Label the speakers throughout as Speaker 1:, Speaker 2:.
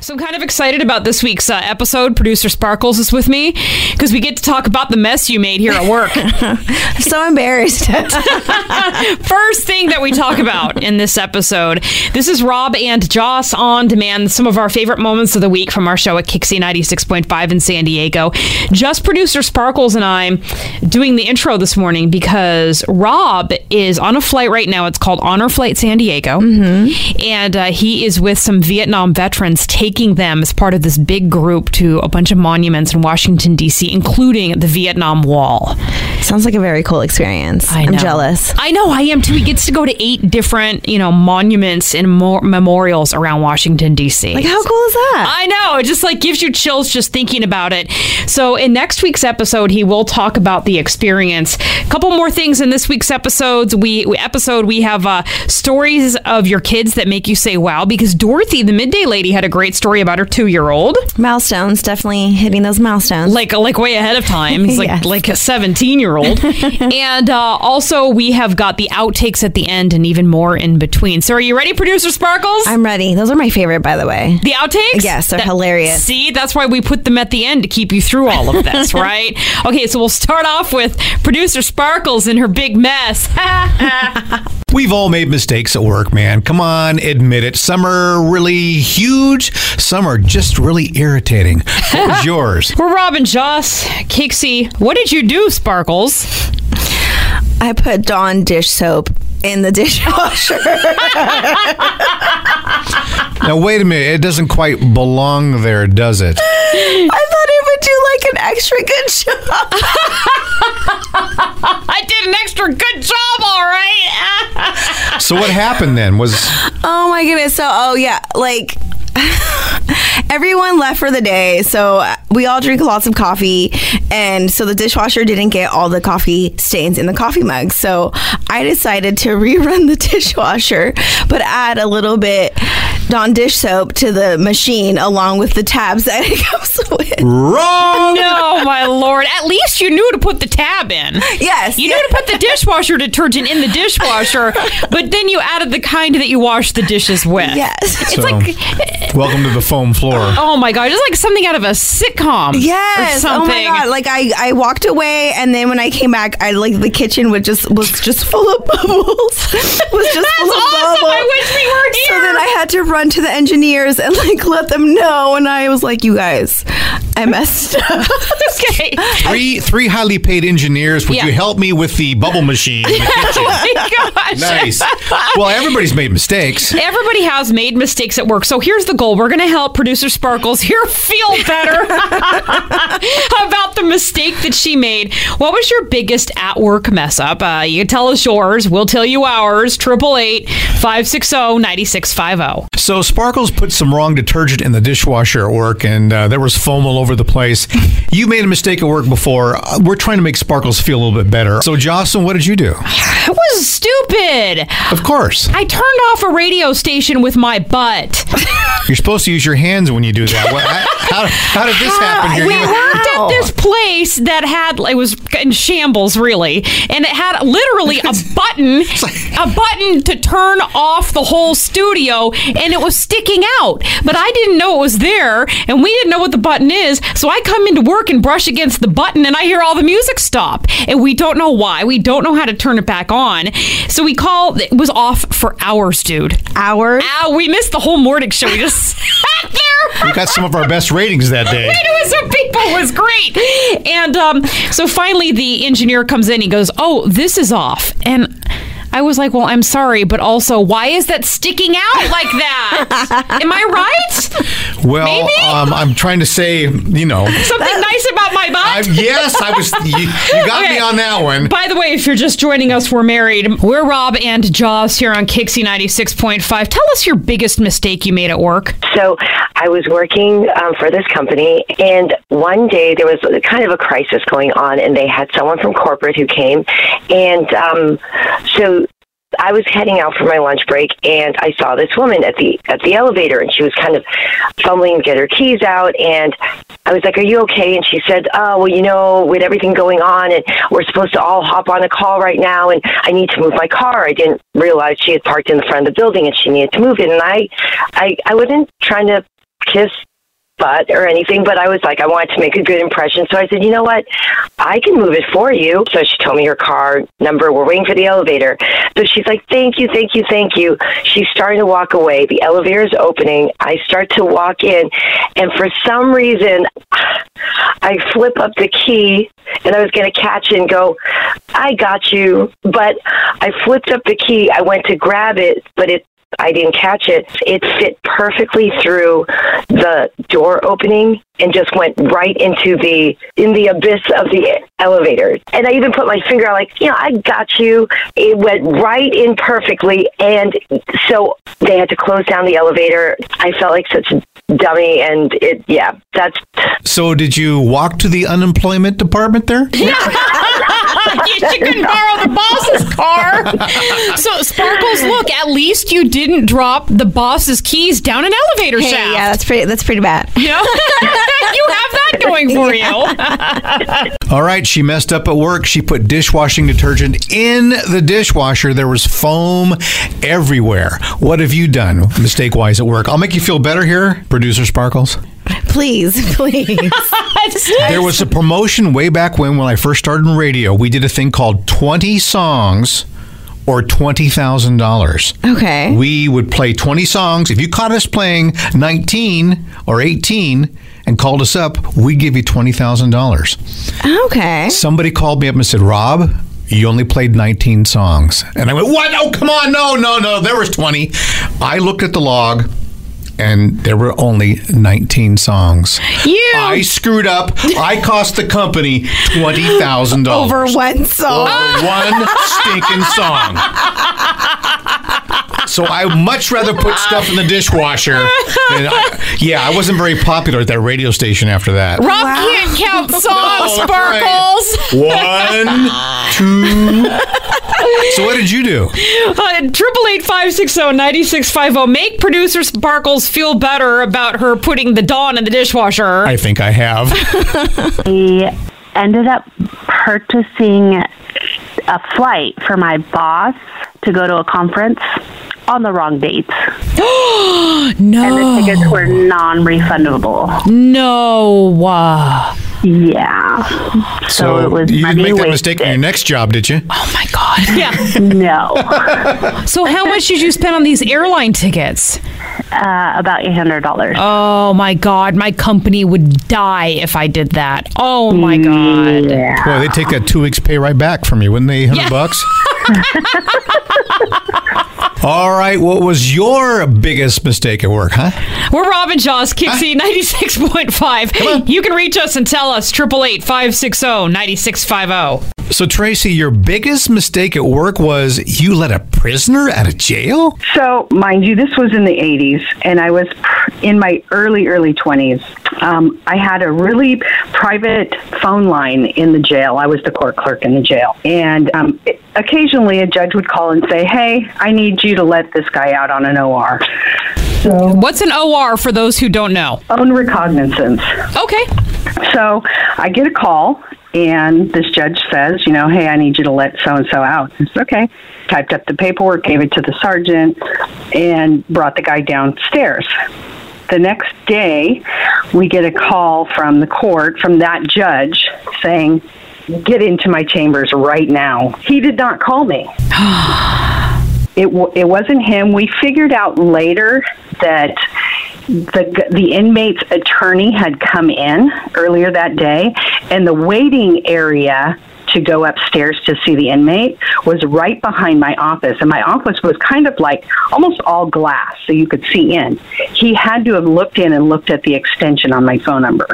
Speaker 1: So I'm kind of excited about this week's uh, episode. Producer Sparkles is with me because we get to talk about the mess you made here at work.
Speaker 2: so embarrassed.
Speaker 1: First thing that we talk about in this episode, this is Rob and Joss on demand. Some of our favorite moments of the week from our show at Kixie 96.5 in San Diego. Just producer Sparkles and I doing the intro this morning because Rob is on a flight right now. It's called Honor Flight San Diego.
Speaker 2: Mm-hmm.
Speaker 1: And uh, he is with some Vietnam veterans, taking them as part of this big group to a bunch of monuments in Washington, D.C., including the Vietnam Wall.
Speaker 2: Sounds like a very cool experience.
Speaker 1: I know.
Speaker 2: am jealous.
Speaker 1: I know I am too. He gets to go to eight different, you know, monuments and mo- memorials around Washington D.C.
Speaker 2: Like, how cool is that?
Speaker 1: I know. It just like gives you chills just thinking about it. So in next week's episode, he will talk about the experience. A couple more things in this week's episodes. We, we- episode we have uh, stories of your kids that make you say wow because Dorothy, the midday lady, had a great story about her two year old.
Speaker 2: milestones, definitely hitting those milestones.
Speaker 1: like like way ahead of time. He's like
Speaker 2: Yes.
Speaker 1: like a seventeen year old. and uh, also, we have got the outtakes at the end and even more in between. So, are you ready, producer Sparkles?
Speaker 2: I'm ready. Those are my favorite, by the way.
Speaker 1: the outtakes?
Speaker 2: Yes, they're hilarious.
Speaker 1: See, that's why we put them at the end to keep you through all of this, right? Okay, so we'll start off with producer Sparkles and her big mess.
Speaker 3: We've all made mistakes at work, man. Come on, admit it. Some are really huge, some are just really irritating. What was yours?
Speaker 1: We're Robin Joss, Kixie. What did you do, Sparkles?
Speaker 2: I put Dawn dish soap in the dishwasher.
Speaker 3: Now, wait a minute. It doesn't quite belong there, does it?
Speaker 2: I thought it would do like an extra good job.
Speaker 1: I did an extra good job, all right.
Speaker 3: So, what happened then was
Speaker 2: Oh my goodness. So, oh yeah, like everyone left for the day. So uh, we all drink lots of coffee. And so the dishwasher didn't get all the coffee stains in the coffee mug. So I decided to rerun the dishwasher, but add a little bit Dawn dish soap to the machine along with the tabs that it comes with.
Speaker 3: wrong.
Speaker 1: No, my lord. At least you knew to put the tab in.
Speaker 2: Yes.
Speaker 1: You knew to put the dishwasher detergent in the dishwasher, but then you added the kind that you wash the dishes with.
Speaker 2: Yes.
Speaker 3: So, welcome to the foam floor.
Speaker 1: Oh my god, it's like something out of a sitcom. Or
Speaker 2: Yes. Oh
Speaker 1: something.
Speaker 2: my god! Like I, I walked away, and then when I came back, I like the kitchen was just was just full of bubbles. was just
Speaker 1: That's
Speaker 2: full of
Speaker 1: awesome.
Speaker 2: bubbles.
Speaker 1: I wish we were here.
Speaker 2: So then I had to run to the engineers and like let them know, and I was like, "You guys, I messed up."
Speaker 1: okay.
Speaker 3: Three, three highly paid engineers. Would
Speaker 1: Yeah.
Speaker 3: you help me with the bubble machine? in the kitchen?
Speaker 1: Oh my gosh.
Speaker 3: nice. Well, everybody's made mistakes.
Speaker 1: Everybody has made mistakes at work. So here's the goal. We're going to help producer Sparkles here feel better about the mistake that she made. What was your biggest at work mess up? Uh, oh, you can tell us yours. We'll tell you ours. 888 560 9650.
Speaker 3: So Sparkles put some wrong detergent in the dishwasher at work, and uh, there was foam all over the place. You made a mistake at work before. Uh, We're trying to make Sparkles feel a little bit better. So Jocelyn, what did you do?
Speaker 1: It was stupid.
Speaker 3: Of course,
Speaker 1: I turned off a radio station with my butt.
Speaker 3: you're supposed to use your hands when you do that. What, how, how did this happen?
Speaker 1: we
Speaker 3: You're-
Speaker 1: worked at this place that had it was in shambles really and it had literally a button a button to turn off the whole studio and it was sticking out but i didn't know it was there and we didn't know what the button is so i come into work and brush against the button and i hear all the music stop and we don't know why we don't know how to turn it back on so we call it was off for hours dude
Speaker 2: Hours.
Speaker 1: ow we missed the whole morning show we just sat there
Speaker 3: We got some of our best ratings that day.
Speaker 1: I knew some people was great. And um, so finally, the engineer comes in. He goes, "Oh, this is off." And I was like, "Well, I'm sorry, but also, why is that sticking out like that? Am I right?
Speaker 3: Well,
Speaker 1: Maybe?
Speaker 3: um, I'm trying to say, you know,
Speaker 1: Something nice about my
Speaker 3: I,
Speaker 1: butt."
Speaker 3: yes, I was. You, you got
Speaker 1: Okay.
Speaker 3: me on that one.
Speaker 1: By the way, if you're just joining us, we're married. We're Rob and Joss here on Kixie 96.5. Tell us your biggest mistake you made at work.
Speaker 4: So I was working um, for this company, and one day there was kind of a crisis going on, and they had someone from corporate who came, and um, so. I was heading out for my lunch break and I saw this woman at the at the elevator and she was kind of fumbling to get her keys out and I was like, Are you okay? And she said, Oh, well, you know, with everything going on and we're supposed to all hop on a call right now and I need to move my car. I didn't realize she had parked in the front of the building and she needed to move it and I I, I wasn't trying to kiss butt or anything, but I was like, I wanted to make a good impression. So I said, you know what? I can move it for you. So she told me her car number. We're waiting for the elevator. So she's like, thank you, thank you, thank you. She's starting to walk away. The elevator is opening. I start to walk in. And for some reason, I flip up the key and I was going to catch it and go, I got you. But I flipped up the key. I went to grab it, but it I didn't catch it. It fit perfectly through the door opening and just went right into the in the abyss of the elevator. And I even put my finger out like, you know, I got you. It went right in perfectly and so they had to close down the elevator. I felt like such a dummy and it yeah, that's
Speaker 3: So, did you walk to the unemployment department there?
Speaker 1: you, you couldn't borrow the boss's car. So Sparkles, look, at least you didn't drop the boss's keys down an elevator
Speaker 2: Hey,
Speaker 1: shaft.
Speaker 2: yeah, that's pretty. That's pretty bad.
Speaker 1: You know? you have that going for you.
Speaker 3: All right, she messed up at work. She put dishwashing detergent in the dishwasher. There was foam everywhere. What have you done mistake wise at work? I'll make you feel better here, producer Sparkles.
Speaker 2: Please, please.
Speaker 3: There was a promotion way back when, when I first started in radio. We did a thing called 20 songs or $20,000.
Speaker 2: Okay.
Speaker 3: We would play 20 songs. If you caught us playing 19 or 18 and called us up, we'd give you $20,000.
Speaker 2: okay.
Speaker 3: Somebody called me up and said, "Rob, you only played 19 songs." And I went, "What? Oh, come on. No, no, no. There was 20." I looked at the log and there were only 19 songs.
Speaker 1: You.
Speaker 3: I screwed up. I cost the company $20,000
Speaker 2: Over one song.
Speaker 3: over one stinking song. So I much rather put stuff in the dishwasher. Than I, yeah, I wasn't very popular at that radio station after that.
Speaker 1: Rob can't count songs,
Speaker 3: that's
Speaker 1: Sparkles.
Speaker 3: One, two. So what did you do?
Speaker 1: Uh, Triple eight five six zero ninety six five zero. Make producer Sparkles feel better about her putting the Dawn in the dishwasher.
Speaker 3: I think I have.
Speaker 5: we ended up purchasing a flight for my boss to go to a conference on the wrong dates. And
Speaker 1: no,
Speaker 5: the tickets were non refundable.
Speaker 1: no. Uh,
Speaker 5: Yeah. So, it was
Speaker 3: you
Speaker 5: money
Speaker 3: didn't make
Speaker 5: wasted.
Speaker 3: that mistake in your next job, did you?
Speaker 1: oh my God. Yeah.
Speaker 5: No.
Speaker 1: So how much did you spend on these airline tickets?
Speaker 5: Uh, about $800.
Speaker 1: Oh my god, my company would die if I did that. Oh my god.
Speaker 5: yeah.
Speaker 3: Well, they take that two weeks pay right back from you, wouldn't they? Hundred bucks. All right. What was your biggest mistake at work, huh?
Speaker 1: We're Robin Jaws, Kixie oh, 96.5. You can reach us and tell us 888 560 9650.
Speaker 3: So, Tracy, your biggest mistake at work was you let a prisoner out of jail?
Speaker 6: So, mind you, this was in the 80s, and I was pr- in my early, early 20s. Um, I had a really private phone line in the jail. I was the court clerk in the jail. And um, it, occasionally a judge would call and say, Hey, I need you to let this guy out on an OR. So,
Speaker 1: What's an OR for those who don't know?
Speaker 6: own recognizance.
Speaker 1: Okay.
Speaker 6: So I get a call, and this judge says, you know, hey, I need you to let so and so out. It's okay. Typed up the paperwork, gave it to the sergeant, and brought the guy downstairs. The next day, we get a call from the court, from that judge, saying, get into my chambers right now. He did not call me it, w- it wasn't him. We figured out later that the g- the inmate's attorney had come in earlier that day, and the waiting area to go upstairs to see the inmate was right behind my office and my office was kind of like almost all glass so you could see in he had to have looked in and looked at the extension on my phone number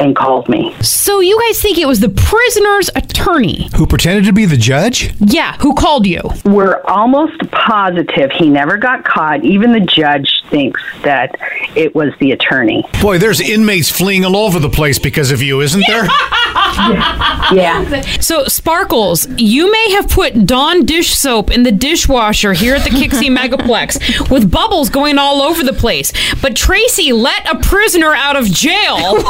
Speaker 6: and called me
Speaker 1: So you guys think it was the prisoner's attorney?
Speaker 3: Who pretended to be the judge?
Speaker 1: Yeah, who called you?
Speaker 6: We're almost positive he never got caught. Even the judge thinks that it was the attorney.
Speaker 3: Boy, there's inmates fleeing all over the place because of you, isn't there?
Speaker 6: Yeah.
Speaker 1: So, Sparkles, you may have put Dawn dish soap in the dishwasher here at the Kixie Megaplex with bubbles going all over the place, but Tracy let a prisoner out of jail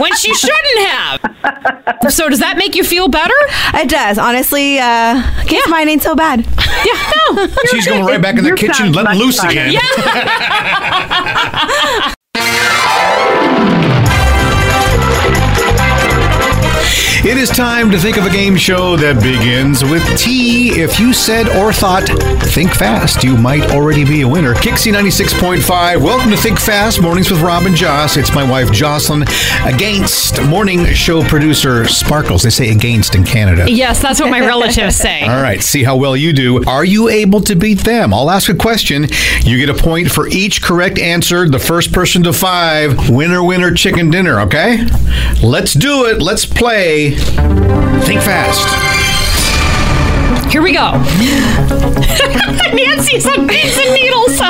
Speaker 1: when she shouldn't have. So, does that make you feel better?
Speaker 2: It does. Honestly, uh, guess mine ain't so bad.
Speaker 1: Yeah, no.
Speaker 3: She's going right back in the
Speaker 6: Your
Speaker 3: kitchen,
Speaker 6: sound's
Speaker 3: letting
Speaker 6: much
Speaker 3: loose
Speaker 6: better.
Speaker 3: again. It is time to think of a game show that begins with T. If you said or thought, think fast, you might already be a winner. Kixie 96.5, welcome to Think Fast, Mornings with Rob and Joss. It's my wife Jocelyn against morning show producer Sparkles. They say against in Canada.
Speaker 1: Yes, that's what my relatives say.
Speaker 3: All right, see how well you do. Are you able to beat them? I'll ask a question. You get a point for each correct answer. The first person to five, winner, winner, chicken dinner, okay? Let's do it. Let's play. Think fast.
Speaker 1: Here we go. Nancy's on pins and needles.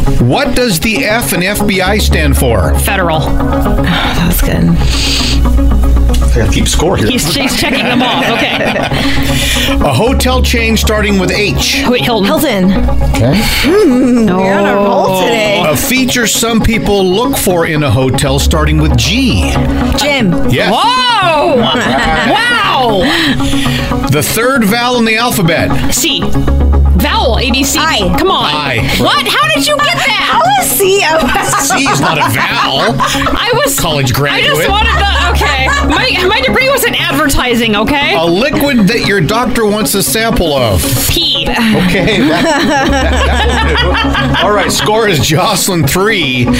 Speaker 3: What does the F and FBI stand for?
Speaker 1: Federal.
Speaker 2: That's good.
Speaker 3: I gotta keep score here.
Speaker 1: He's, he's checking them off. Okay.
Speaker 3: A hotel chain starting with H.
Speaker 1: Wait, Hilton. Oh.
Speaker 2: Hilton. You're on a roll today.
Speaker 3: A feature some people look for in a hotel starting with G.
Speaker 2: Jim.
Speaker 3: Yes.
Speaker 1: Whoa! wow!
Speaker 3: The third vowel in the alphabet.
Speaker 1: C. Vowel, ABC.
Speaker 2: I.
Speaker 1: Come on.
Speaker 3: I.
Speaker 1: What? How did you get
Speaker 2: How
Speaker 1: that?
Speaker 2: is C?
Speaker 3: C is not a vowel.
Speaker 1: I was.
Speaker 3: College
Speaker 1: I just
Speaker 3: graduate.
Speaker 1: wanted to. Okay. My, my degree was in advertising, okay?
Speaker 3: A liquid that your doctor wants a sample of.
Speaker 1: P.
Speaker 3: Okay. that- that- that will do. All right, score is Jocelyn 3,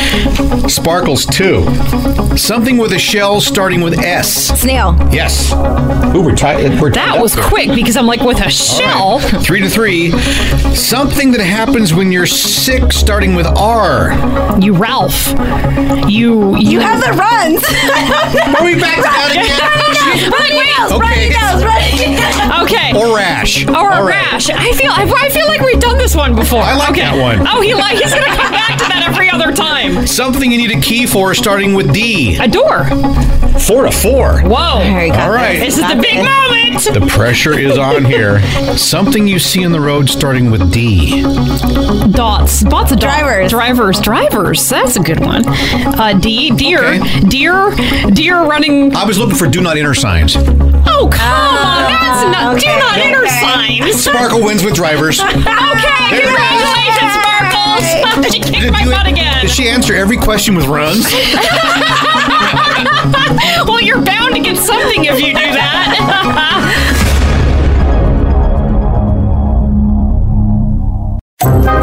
Speaker 3: Sparkles 2. Something with a shell starting with S.
Speaker 2: Snail.
Speaker 3: Yes. Ooh, we're tied. We're tied
Speaker 1: That
Speaker 3: up
Speaker 1: was
Speaker 3: there.
Speaker 1: quick because I'm like, with a
Speaker 3: All
Speaker 1: shell?
Speaker 3: right, Three to three. Something that happens when you're sick, starting with R.
Speaker 1: You, Ralph. You. You,
Speaker 2: You have the runs.
Speaker 3: Are we back to that again?
Speaker 1: Wait, wait.
Speaker 3: Okay.
Speaker 2: Runny nose. Runny nose.
Speaker 1: Okay.
Speaker 3: Oh. Or rash.
Speaker 1: Or a
Speaker 3: All right.
Speaker 1: rash. I feel. I, I feel like we've done this one before.
Speaker 3: I like
Speaker 1: okay.
Speaker 3: that one.
Speaker 1: Oh, he like. He's gonna come back to that every other time.
Speaker 3: Something you need a key for, starting with D.
Speaker 1: A door.
Speaker 3: Four to four.
Speaker 1: Whoa.
Speaker 2: Very good.
Speaker 3: All right.
Speaker 1: This is the big moment.
Speaker 3: The pressure is on here. Something you see on the road starting with D.
Speaker 1: Dots. Lots of dots.
Speaker 2: Drivers.
Speaker 1: Drivers. Drivers. That's a good one. Uh, D. Deer.
Speaker 3: Okay.
Speaker 1: Deer. Deer running.
Speaker 3: I was looking for do not enter signs.
Speaker 1: Oh come on! That's not. Do not enter signs.
Speaker 3: Sparkle wins with drivers.
Speaker 1: Okay. Congratulations, Sparkles. she kicked my
Speaker 3: Do it-
Speaker 1: butt again.
Speaker 3: Does she answer every question with runs?
Speaker 1: well, you're bound to get something if you do that.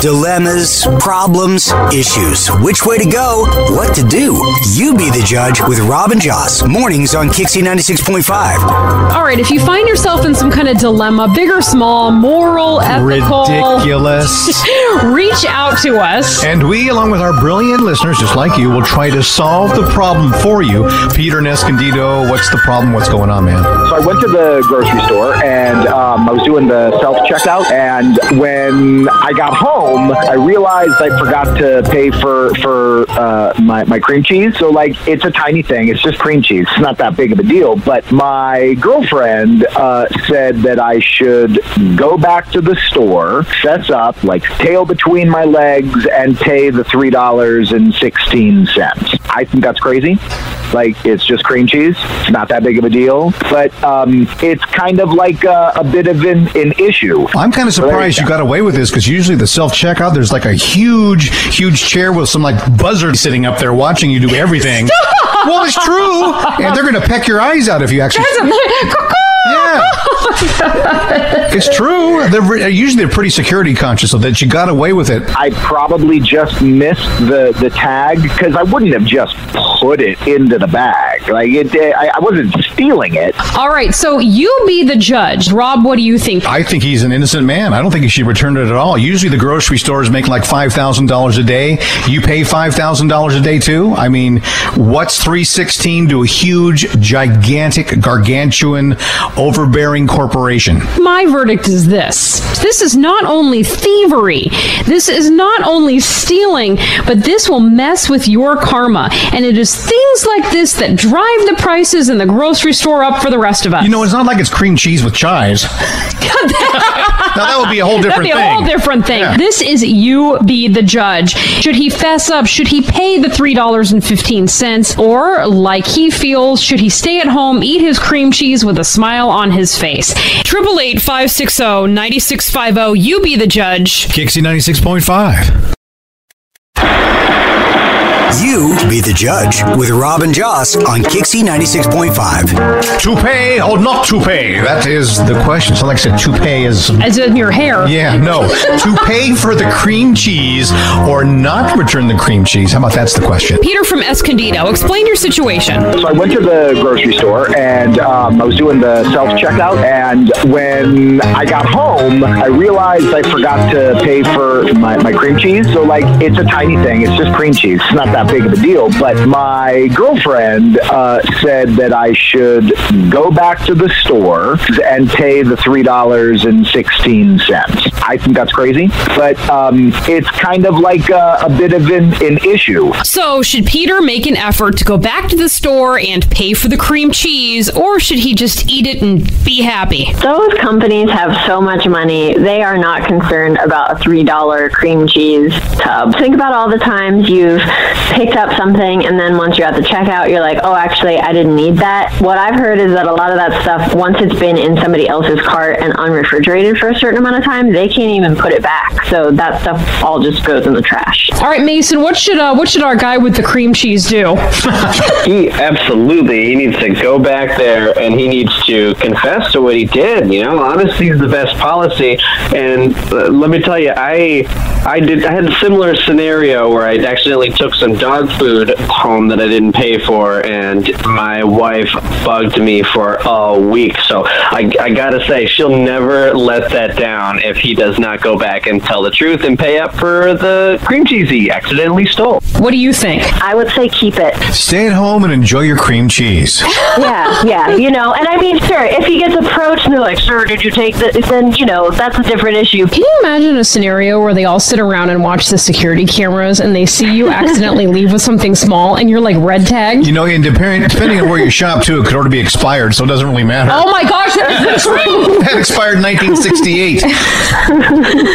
Speaker 7: Dilemmas, problems, issues. Which way to go? What to do? You be the judge with Robin Joss. Mornings on Kixie 96.5.
Speaker 8: All right, if you find yourself in some kind of dilemma, big or small, moral, ethical,
Speaker 3: Ridiculous.
Speaker 8: reach out to us.
Speaker 3: And we, along with our brilliant listeners just like you, will try to solve the problem for you. Peter and Escondido, what's the problem? What's going on, man?
Speaker 9: So I went to the grocery store and um, I was doing the self checkout. And when I got home, I realized I forgot to pay for for uh, my my cream cheese. So like, it's a tiny thing. It's just cream cheese. It's not that big of a deal. But my girlfriend uh, said that I should go back to the store, fess up, like tail between my legs, and pay the three dollars and sixteen cents. I think that's crazy. Like, it's just cream cheese. It's not that big of a deal, but um, it's kind of like a, a bit of an, an issue.
Speaker 3: I'm kind of surprised you got away with this because usually the self checkout, there's like a huge, huge chair with some like buzzard sitting up there watching you do everything. well, it's true. And they're going to peck your eyes out if you actually. Yeah. it's true. They're re- usually they're pretty security conscious, so that you got away with it.
Speaker 9: I probably just missed the, the tag because I wouldn't have just put it into the bag. Like, it, I, I wasn't stealing it.
Speaker 8: All right, so you be the judge. Rob, what do you think?
Speaker 3: I think he's an innocent man. I don't think he should return it at all. Usually the grocery stores make like $5,000 a day. You pay $5,000 a day too? I mean, what's 316 to a huge, gigantic, gargantuan, overbearing corporation?
Speaker 8: My verdict is this. This is not only thievery, this is not only stealing, but this will mess with your karma. And it is things like this that drive the prices in the grocery store up for the rest of us.
Speaker 3: You know, it's not like it's cream cheese with chives. now that would be a whole
Speaker 8: That'd
Speaker 3: different
Speaker 8: be a
Speaker 3: thing.
Speaker 8: whole different thing.
Speaker 3: Yeah.
Speaker 8: This is you be the judge. Should he fess up? Should he pay the three dollars and fifteen cents? Or like he feels, should he stay at home, eat his cream cheese with a smile on his face?
Speaker 1: Triple eight five six zero ninety six five zero. You be the judge.
Speaker 3: Kixie 96.5.
Speaker 7: You be the judge with Robin Joss on Kixie 96.5.
Speaker 3: To pay or not to pay? That is the question. So like I said, to pay is
Speaker 8: As in your hair.
Speaker 3: Yeah, no. to pay for the cream cheese or not return the cream cheese? How about that's the question?
Speaker 1: Peter from Escondido, explain your situation.
Speaker 9: So I went to the grocery store and um, I was doing the self checkout. And when I got home, I realized I forgot to pay for my, my cream cheese. So, like, it's a tiny thing. It's just cream cheese. It's not that big of a deal. But my girlfriend uh, said that I should go back to the store and pay the $3.16. I think that's crazy. But um, it's kind of like a, a bit of an, an issue.
Speaker 1: So, should Peter make an effort to go back to the store and pay for the cream cheese, or should he just eat it and be happy?
Speaker 10: Those companies have so much money, they are not concerned about a $3 cream cheese tub. Think about all the times you've picked up something and then once you're at the checkout, you're like, oh, actually, I didn't need that. What I've heard is that a lot of that stuff, once it's been in somebody else's cart and unrefrigerated for a certain amount of time, they can't even put it back. So that stuff all just goes in the trash.
Speaker 8: All right, Mason, what should uh, what should our guy with the cream cheese do?
Speaker 11: He absolutely he needs to go back there and he needs to confess to what he did. You know, honesty is the best policy. And uh, let me tell you, I I did I had a similar scenario where I accidentally took some dog food home that I didn't pay for, and my wife bugged me for a week. So I I gotta say she'll never let that down if he does not go back and tell the truth and pay up for the cream cheese he accidentally stole.
Speaker 8: What do you think?
Speaker 10: I would say keep it.
Speaker 3: Stay at home and enjoy your cream cheese.
Speaker 10: yeah, yeah, you know, and I mean, sure, if he gets approached and they're like, sir, did you take this? Then, you know, that's a different issue.
Speaker 8: Can you imagine a scenario where they all sit around and watch the security cameras and they see you accidentally leave with something small and you're like red tag?
Speaker 3: You know, and depending, depending on where you shop too, it could already be expired, so it doesn't really matter.
Speaker 8: Oh my gosh, that is the truth.
Speaker 3: That expired in 1968.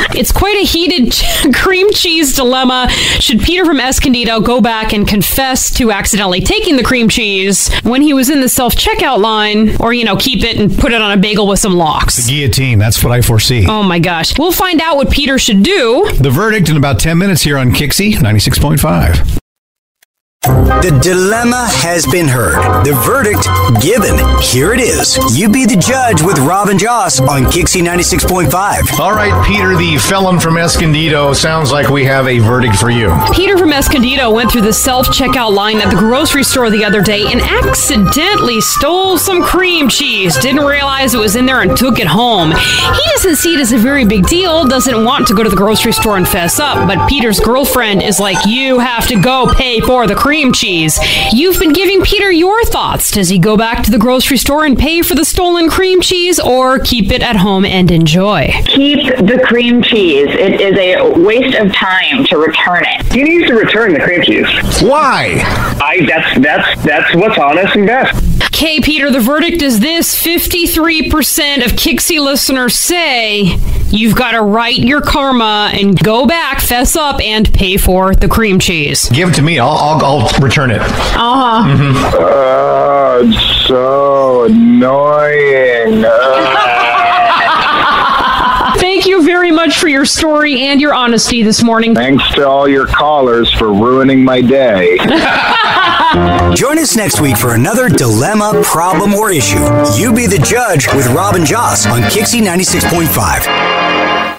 Speaker 1: It's quite a heated cream cheese dilemma. Should Peter from Escondido go back and confess to accidentally taking the cream cheese when he was in the self checkout line, or, you know, keep it and put it on a bagel with some locks?
Speaker 3: Guillotine, that's what I foresee.
Speaker 1: Oh my gosh. We'll find out what Peter should do.
Speaker 3: The verdict in about 10 minutes here on Kixie 96.5.
Speaker 7: The dilemma has been heard, the verdict given. Here it is. You be the judge with Robin Joss on Kixie 96.5.
Speaker 3: All right, Peter, the felon from Escondido, sounds like we have a verdict for you.
Speaker 1: Peter from Escondido went through the self checkout line at the grocery store the other day and accidentally stole some cream cheese. Didn't realize it was in there and took it home. He doesn't see it as a very big deal, doesn't want to go to the grocery store and fess up, but Peter's girlfriend is like, You have to go pay for the cream cheese. You've been giving Peter your thoughts. Does he go back to the grocery store and pay for the stolen cream cheese or keep it at home and enjoy?
Speaker 12: Keep the cream cheese. It is a waste of time to return it.
Speaker 11: He needs to return the cream cheese.
Speaker 3: Why?
Speaker 11: I that's that's that's what's honest and best.
Speaker 1: Okay, Peter, the verdict is this 53% of Kixie listeners say you've got to right your karma and go back, fess up, and pay for the cream cheese.
Speaker 3: Give it to me. I'll, I'll, I'll return it. Mm-hmm.
Speaker 1: Uh huh.
Speaker 9: Uh, it's so annoying. Uh.
Speaker 8: Thank you very much for your story and your honesty this morning.
Speaker 9: Thanks to all your callers for ruining my day.
Speaker 7: Join us next week for another dilemma, problem, or issue. You be the judge with Robin Joss on Kixie 96.5.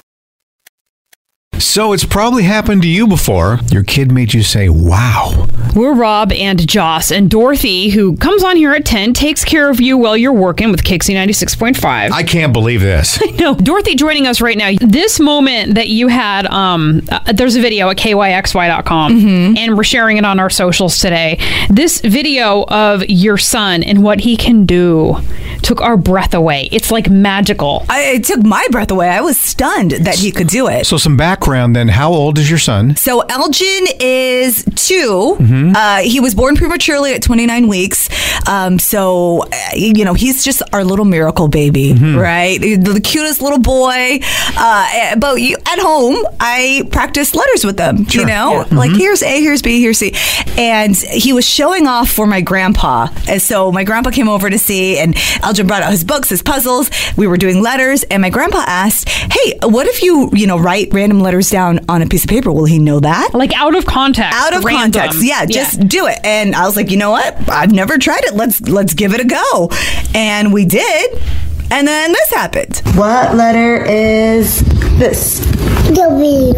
Speaker 3: So it's probably happened to you before. Your kid made you say, wow.
Speaker 1: We're Rob and Joss and Dorothy, who comes on here at 10, takes care of you while you're working with Kixie 96.5.
Speaker 3: I can't believe this.
Speaker 1: No, Dorothy joining us right now. This moment that you had, um, uh, there's a video at kyxy.com,
Speaker 13: Mm-hmm.
Speaker 1: and we're sharing it on our socials today. This video of your son and what he can do took our breath away. It's like magical.
Speaker 13: I, it took my breath away. I was stunned that he could do it.
Speaker 3: So, some background then. How old is your son?
Speaker 13: So Elgin is 2 Uh, he was born prematurely at 29 weeks. Um, so, uh, you know, he's just our little miracle baby, right? The cutest little boy. Uh, but you, at home, I practiced letters with them, you know? Like,
Speaker 1: Mm-hmm.
Speaker 13: here's A, here's B, here's C. And he was showing off for my grandpa. And so my grandpa came over to see, and Elgin brought out his books, his puzzles. We were doing letters, and my grandpa asked, hey, what if you, you know, write random letters down on a piece of paper? Will he know that?
Speaker 1: Like out of context.
Speaker 13: out of
Speaker 1: random.
Speaker 13: context. Yeah, just do it. And I was like, you know what? I've never tried it. Let's let's give it a go. And we did. And then this happened.
Speaker 14: What letter is this? W.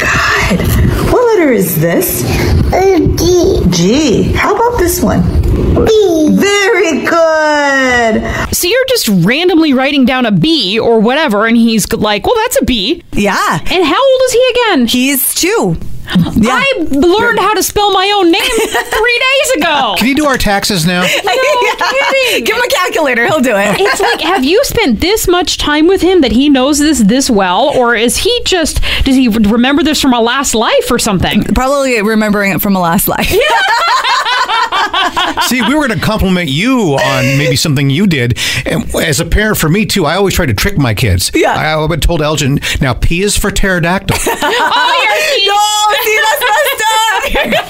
Speaker 14: God. What letter is this? G. G. How about this one? B. Very good.
Speaker 1: So you're just randomly writing down a B or whatever, and he's g- like, well, that's a B.
Speaker 13: Yeah.
Speaker 1: And how old is he again?
Speaker 13: He's two.
Speaker 1: I learned how to spell my own name three days ago.
Speaker 3: Can you do our taxes now?
Speaker 1: kidding.
Speaker 13: Give him a calculator. He'll do it.
Speaker 1: It's like, have you spent this much time with him that he knows this this well, or is he just does he remember this from a last life or something?
Speaker 13: Probably remembering it from a last life.
Speaker 3: See, we were going to compliment you on maybe something you did. And as a parent, for me too, I always try to trick my kids. Yeah. I always told Elgin, now P is for pterodactyl.
Speaker 13: oh, see, that's messed up.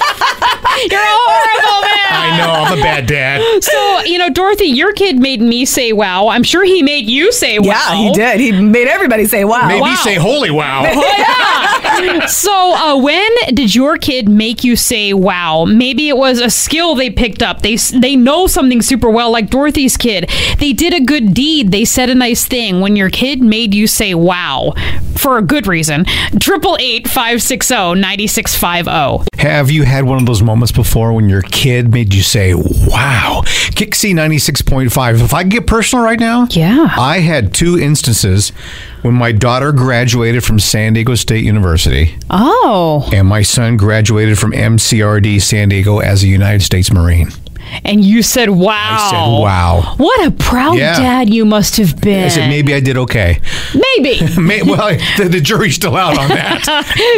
Speaker 1: You're a horrible man.
Speaker 3: I know, I'm a bad dad.
Speaker 1: So you know, Dorothy, your kid made me say wow. I'm sure he made you say wow.
Speaker 13: yeah, he did. He made everybody say, wow.
Speaker 3: Made
Speaker 1: Wow. Oh,
Speaker 3: me say, holy wow.
Speaker 1: Yeah. so uh, when did your kid make you say wow maybe it was a skill they picked up they s- they know something super well like dorothy's kid they did a good deed they said a nice thing when your kid made you say wow for a good reason 888-560-9650
Speaker 3: Have you had one of those moments before when your kid made you say, wow? Kixie 96.5. If I could get personal right now,
Speaker 1: yeah
Speaker 3: I had two instances when my daughter graduated from San Diego State University
Speaker 1: oh
Speaker 3: and my son graduated from MCRD San Diego as a United States Marine.
Speaker 1: and you said wow
Speaker 3: I said, wow.
Speaker 1: what a proud
Speaker 3: Yeah.
Speaker 1: dad you must have been
Speaker 3: I said, maybe I did okay.
Speaker 1: maybe
Speaker 3: May, well, the, the jury's still out on that.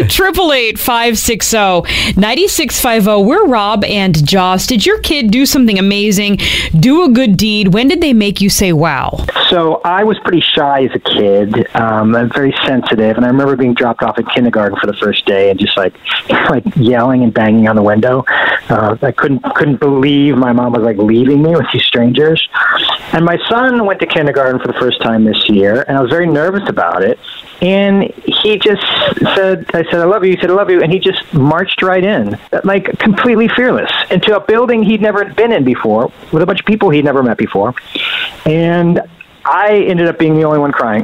Speaker 1: Triple eight five six zero ninety six five zero. We're Rob and Joss. Did your kid do something amazing? Do a good deed? When did they make you say wow?
Speaker 15: So I was pretty shy as a kid. Um, I'm very sensitive, and I remember being dropped off at kindergarten for the first day and just like like yelling and banging on the window. uh, I couldn't couldn't believe my mom was like leaving me with these strangers. And my son went to kindergarten for the first time this year, and I was very nervous about it. And he just said, "I said I love you." He said, "I love you," and he just marched right in, like completely fearless, into a building he'd never been in before, with a bunch of people he'd never met before, and. I ended up being the only one crying.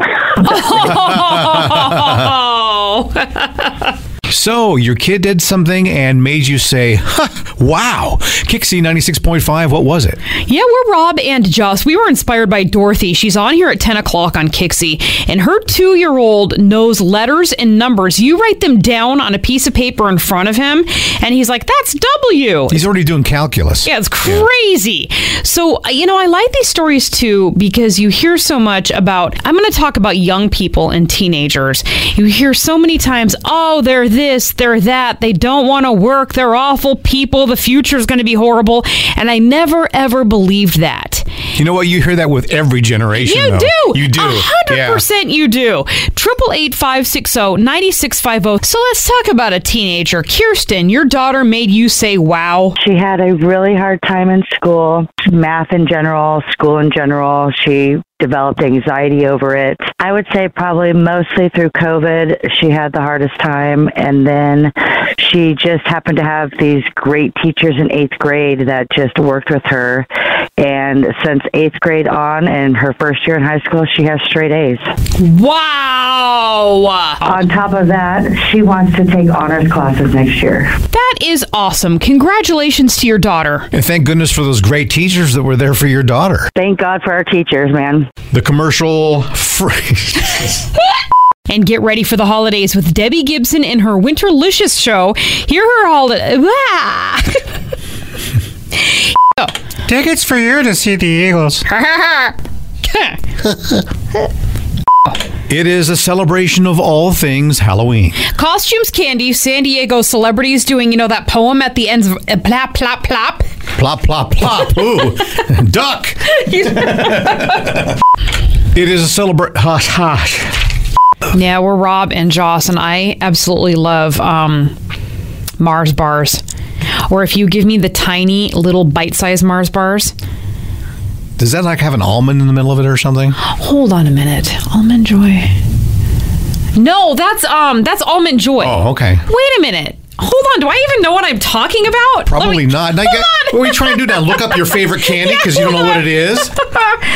Speaker 3: So your kid did something and made you say, huh, "Wow!" Kixie ninety six point five. What was it?
Speaker 1: Yeah, we're Rob and Joss. We were inspired by Dorothy. She's on here at 10 o'clock on Kixie, and her two year old knows letters and numbers. You write them down on a piece of paper in front of him, and he's like, that's W.
Speaker 3: He's already doing calculus.
Speaker 1: Yeah, it's crazy. So, you know, I like these stories too because you hear so much about, I'm going to talk about young people and teenagers. You hear so many times, oh, they're this, they're that, they don't want to work, they're awful people, the future's going to be horrible. And I never, ever believed that.
Speaker 3: You know what? You hear that with every generation.
Speaker 1: You
Speaker 3: though.
Speaker 1: do.
Speaker 3: You do.
Speaker 1: A hundred
Speaker 3: Yeah.
Speaker 1: percent. You do. Triple eight five six zero ninety six five zero. So let's talk about a teenager, Kirsten. Your daughter made you say "Wow."
Speaker 16: She had a really hard time in school, math in general, school in general. She developed anxiety over it. I would say probably mostly through COVID, she had the hardest time. And then she just happened to have these great teachers in eighth grade that just worked with her. And since eighth grade on and her first year in high school, she has straight A's.
Speaker 1: Wow.
Speaker 16: On top of that, she wants to take honors classes next year.
Speaker 1: That is awesome. Congratulations to your daughter.
Speaker 3: And thank goodness for those great teachers that were there for your daughter.
Speaker 16: Thank God for our teachers, man.
Speaker 3: The commercial phrase.
Speaker 1: And get ready for the holidays with Debbie Gibson in her Winterlicious show. Hear her holiday.
Speaker 3: Tickets for you to see the Eagles. it is a celebration of all things Halloween.
Speaker 1: Costumes, candy, San Diego celebrities doing, you know, that poem at the ends of uh, plap, plap, plap.
Speaker 3: Plop, plop, plop. Ooh, duck. It is a celebration. Hush, hush.
Speaker 1: Yeah, we're Rob and Joss, and I absolutely love um, Mars bars. Or if you give me the tiny little bite-sized Mars bars.
Speaker 3: Does that like have an almond in the middle of it or something?
Speaker 1: Hold on a minute, Almond Joy. No, that's um, that's Almond Joy.
Speaker 3: Oh, okay.
Speaker 1: Wait a minute. Hold on. Do I even know what I'm talking about? Let
Speaker 3: Probably
Speaker 1: me-
Speaker 3: not. Now, you
Speaker 1: Hold
Speaker 3: got- what are we trying to do now? Look up your favorite candy because you don't know what it is?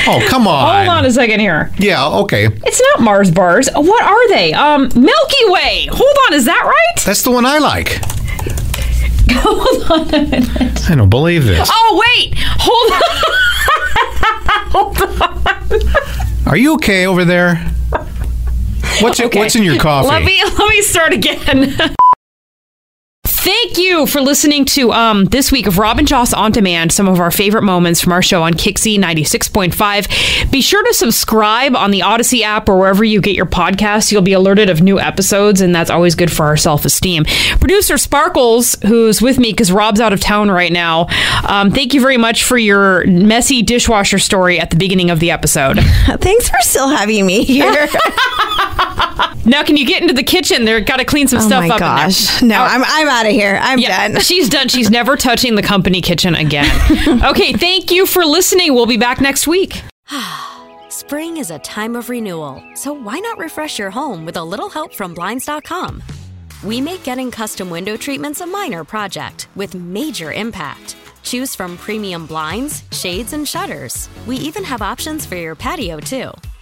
Speaker 3: Oh, come on.
Speaker 1: Hold on a second here.
Speaker 3: Yeah, okay.
Speaker 1: It's not Mars bars. What are they? Um, Milky Way. Hold on. Is that right?
Speaker 3: That's the one I like.
Speaker 1: Hold on a minute.
Speaker 3: I don't believe this.
Speaker 1: Oh wait. Hold on. Hold on.
Speaker 3: Are you okay over there? What's it,
Speaker 1: Okay.
Speaker 3: what's in your coffee?
Speaker 1: Let me let me start again. Thank you for listening to um, this week of Robin Joss on Demand, some of our favorite moments from our show on Kixie 96.5. Be sure to subscribe on the Odyssey app or wherever you get your podcasts. You'll be alerted of new episodes, and that's always good for our self esteem. Producer Sparkles, who's with me because Rob's out of town right now, um, thank you very much for your messy dishwasher story at the beginning of the episode.
Speaker 2: Thanks for still having me here.
Speaker 1: Now, can you get into the kitchen? They're got to clean some
Speaker 2: Oh
Speaker 1: stuff
Speaker 2: my
Speaker 1: up. in there.
Speaker 2: gosh. No, I'm- I'm outta here. I'm done.
Speaker 1: She's done. She's never touching the company kitchen again. okay, thank you for listening. We'll be back next week.
Speaker 17: Spring is a time of renewal, so why not refresh your home with a little help from Blinds.com? We make getting custom window treatments a minor project with major impact. Choose from premium blinds, shades, and shutters. We even have options for your patio, too.